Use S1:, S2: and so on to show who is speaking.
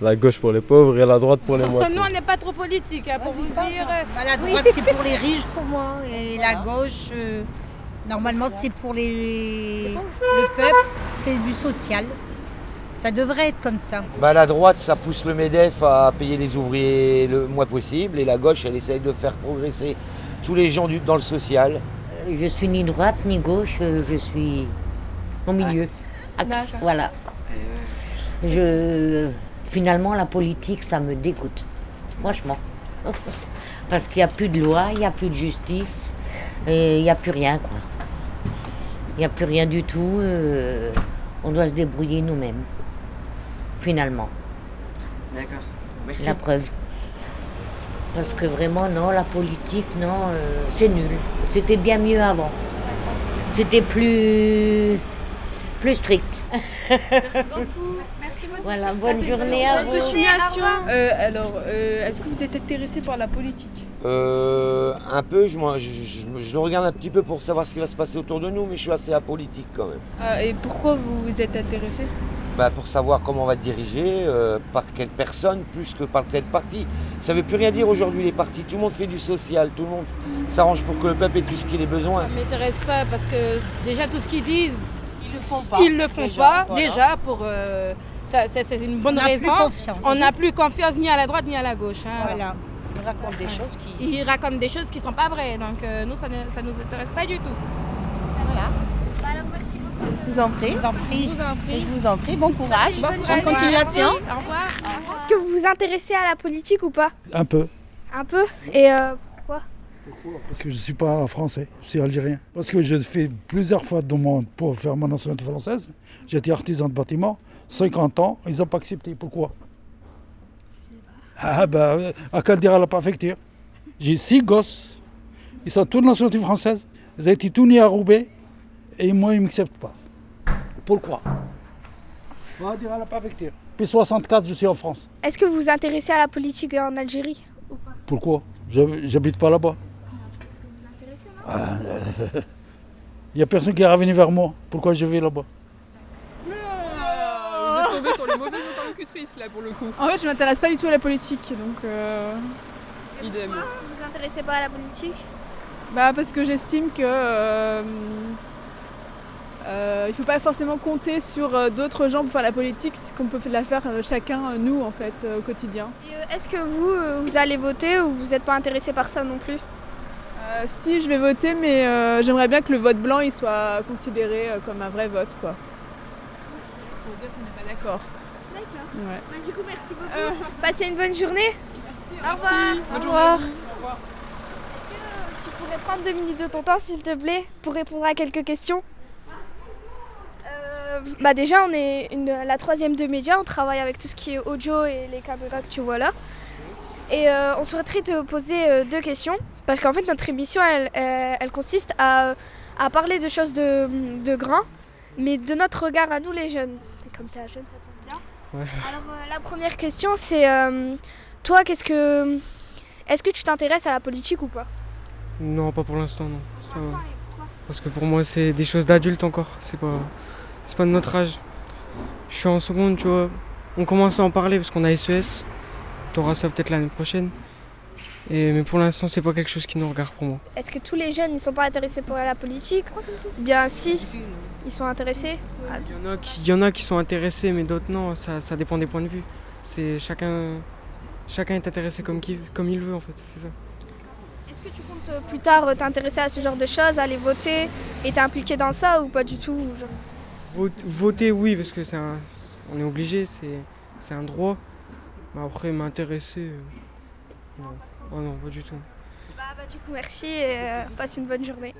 S1: La gauche pour les pauvres et la droite pour les moins.
S2: Nous, on n'est pas trop politique, hein, pour vous dire.
S3: Bah, la droite, c'est pour les riches pour moi. Et la gauche, euh, normalement, c'est pour les... le peuple. C'est du social. Ça devrait être comme ça.
S4: Bah, la droite, ça pousse le MEDEF à payer les ouvriers le moins possible. Et la gauche, elle essaye de faire progresser tous les gens du- dans le social.
S5: Je suis ni droite ni gauche, euh, je suis au milieu. Axe, voilà. Je, finalement, la politique, ça me dégoûte, franchement. Parce qu'il n'y a plus de loi, il n'y a plus de justice, et il n'y a plus rien, quoi. Il n'y a plus rien du tout. euh, on doit se débrouiller nous-mêmes, finalement.
S6: D'accord. Merci.
S5: La preuve. Parce que vraiment, non, la politique, non, euh, c'est nul. C'était bien mieux avant. C'était plus, plus strict.
S7: Merci beaucoup.
S5: Voilà, bonne journée à vous.
S7: Euh, alors, euh, est-ce que vous êtes intéressé par la politique
S4: Euh, un peu, je, moi, je, je- je le regarde un petit peu pour savoir ce qui va se passer autour de nous, mais je suis assez apolitique quand même.
S7: Ah, Et pourquoi vous vous êtes intéressé
S4: Bah, pour savoir comment on va diriger, euh, par quelle personne, plus que par quel parti. Ça ne veut plus rien dire aujourd'hui les partis. Tout le monde fait du social, tout le monde s'arrange pour que le peuple ait tout ce qu'il ait besoin.
S2: Ça ne m'intéresse pas parce que déjà tout ce qu'ils disent,
S6: Ils le font pas.
S2: ils le font pas.
S6: voilà.
S2: Déjà, pour euh, ça, ça, c'est une
S3: On
S2: bonne
S3: n'a plus
S2: raison.
S3: confiance.
S2: on n'a plus confiance ni à la droite ni à la gauche. hein.
S3: Voilà.
S6: Ils racontent des choses qui.
S2: Ils racontent des choses qui ne sont pas vraies, donc euh, nous, ça ne ça nous intéresse pas du tout.
S7: bah Alors, merci beaucoup.
S8: Je vous en prie.
S3: Je vous en prie.
S2: Je vous en prie.
S8: Je vous en prie, bon courage.
S7: Merci,
S2: Bonne
S8: Bonne
S2: journée.
S8: continuation.
S2: Au revoir.
S7: Est-ce que vous vous intéressez à la politique ou pas
S9: Un peu.
S7: Un peu Et euh,
S9: Parce que je ne suis pas français, je suis algérien. Parce que j'ai fait plusieurs fois de demande pour faire ma nationalité française. J'étais artisan de bâtiment, 50 ans, ils n'ont pas accepté. Pourquoi Ah ben, euh, à Caldera, à la préfecture. J'ai six gosses, ils sont tous de nationalité française. Ils ont été tous nés à Roubaix et moi, ils ne m'acceptent pas. Pourquoi Va dire à la préfecture. Depuis 64, je suis en France.
S7: est-ce que vous vous intéressez à la politique en Algérie
S9: Pourquoi Je- J'habite pas là-bas. Il n'y a personne qui est revenu vers moi. Pourquoi je vais là-bas
S10: Ah, Vous êtes tombé sur les mauvaises interlocutrices là pour le coup.
S8: En fait, je m'intéresse pas du tout à la politique, donc. euh,
S10: Idem.
S7: Vous vous intéressez pas à la politique
S8: Bah, parce que j'estime que. euh, euh, il faut pas forcément compter sur euh, d'autres gens pour faire la politique, c'est qu'on peut la faire euh, chacun, euh, nous, en fait, euh, au quotidien.
S7: Et, euh, Est-ce que vous, euh, vous allez voter ou vous n'êtes pas intéressé par ça non plus
S8: Euh, si, je vais voter, mais euh, j'aimerais bien que le vote blanc il soit considéré euh, comme un vrai vote, quoi. Pour dire qu'on n'est pas d'accord.
S7: D'accord.
S8: Ouais.
S7: du coup, merci beaucoup. Passez une bonne journée. Au revoir.
S10: Bonne
S7: Au revoir. Tu pourrais prendre deux minutes de ton temps, s'il te plaît, pour répondre à quelques questions Euh, Bah déjà, on est une- la troisième de médias, on travaille avec tout ce qui est audio et les caméras que tu vois là. Et euh, on souhaiterait te poser euh, deux questions, parce qu'en fait, notre émission, elle, elle- elle consiste à, à parler de choses de, de grands, mais de notre regard à nous les jeunes. Et Comme t'es un jeune, ça tombe bien. Alors, euh, la première question, c'est... euh, toi, qu'est-ce que... Est-ce que tu t'intéresses à la politique ou pas
S10: Non, pas pour l'instant, non. Ça,
S7: Pour l'instant,
S10: euh,
S7: et pourquoi
S10: Parce que pour moi, c'est des choses d'adultes encore. C'est pas, c'est pas de notre âge. Je suis en seconde, tu vois. On commence à en parler parce qu'on a SES. T'auras ça peut-être l'année prochaine. Et, mais pour l'instant, c'est pas quelque chose qui nous regarde pour moi.
S7: Est-ce que tous les jeunes ne sont pas intéressés pour la politique Ou Bien si, ils sont intéressés.
S10: Il y en a qui, il y en a qui sont intéressés, mais d'autres non. Ça, ça dépend des points de vue. C'est chacun, chacun est intéressé comme, qui, comme il veut en fait. C'est ça.
S7: Est-ce que tu comptes euh, plus tard euh, t'intéresser à ce genre de choses, aller voter et t'impliquer dans ça ou pas du tout ou genre-
S10: Vote- voter, oui, parce que c'est un- on est obligé, c'est, c'est un droit. Mais après, m'intéresser. euh, non. Oh non, pas du tout.
S7: Bah, bah, du coup merci et euh, passe une bonne journée.